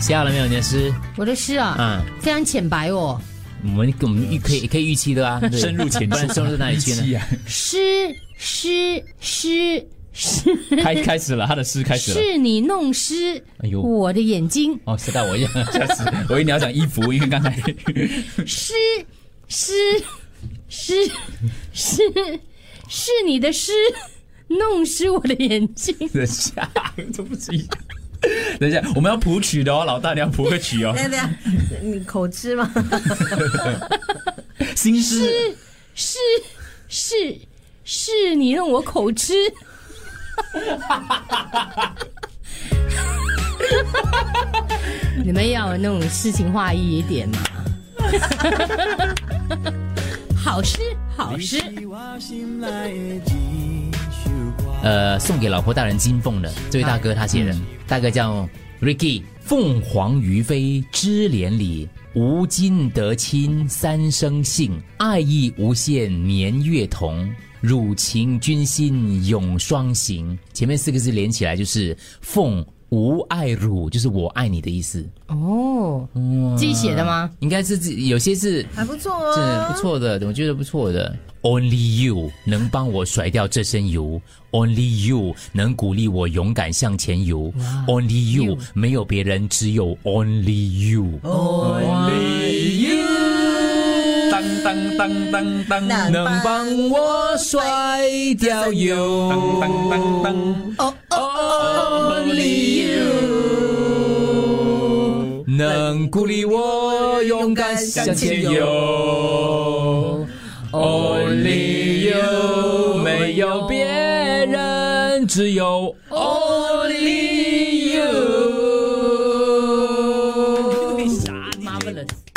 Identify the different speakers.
Speaker 1: 写好了没有？你的诗，
Speaker 2: 我的诗啊，
Speaker 1: 嗯，
Speaker 2: 非常浅白哦。
Speaker 1: 我们我们预可以可以预期的啊，对
Speaker 3: 深入浅
Speaker 1: 不
Speaker 3: 出
Speaker 1: 然，深入到哪里 去呢？
Speaker 3: 啊！
Speaker 2: 诗诗诗诗，
Speaker 3: 开 开始了，他的诗开始了。
Speaker 2: 是你弄湿
Speaker 3: 哎呦
Speaker 2: 我的眼睛。
Speaker 3: 哦，吓到我一样， 吓死！我以为你要讲衣服，因为刚才
Speaker 2: 诗诗诗诗是你的诗弄湿我的眼睛。
Speaker 3: 等一下，这不是一样。等一下，我们要谱曲的哦，老大，你要谱个曲哦。
Speaker 4: 对对，你口吃吗？
Speaker 3: 新诗，
Speaker 2: 是是是你让我口吃。 你们要有那种诗情画意一点嘛。 好诗，好诗，
Speaker 1: 呃，送给老婆大人金凤的这位大哥他写的，大哥叫 Ricky，凤凰于飞知连理，无今得亲三生幸，爱意无限年月同。汝情君心永双行，前面四个字连起来就是“凤无爱汝”，就是我爱你的意思。
Speaker 2: 哦，自己写的吗？
Speaker 1: 应该是自有些是
Speaker 4: 还不错
Speaker 1: 这
Speaker 4: 哦
Speaker 1: 不。错的，我觉得不错的。Only you 能帮我甩掉这身油，Only you 能鼓励我勇敢向前游，Only you 没有别人，只有 Only you。哦
Speaker 3: 当当当当当，
Speaker 4: 能
Speaker 1: 能帮我甩掉油
Speaker 3: 当当当当，
Speaker 1: ，Only you 能鼓励我勇敢向
Speaker 3: 向
Speaker 1: 前
Speaker 3: 前
Speaker 1: 游。
Speaker 3: 游。
Speaker 1: Only you，没有别人，只有 Only you。
Speaker 2: marvelous。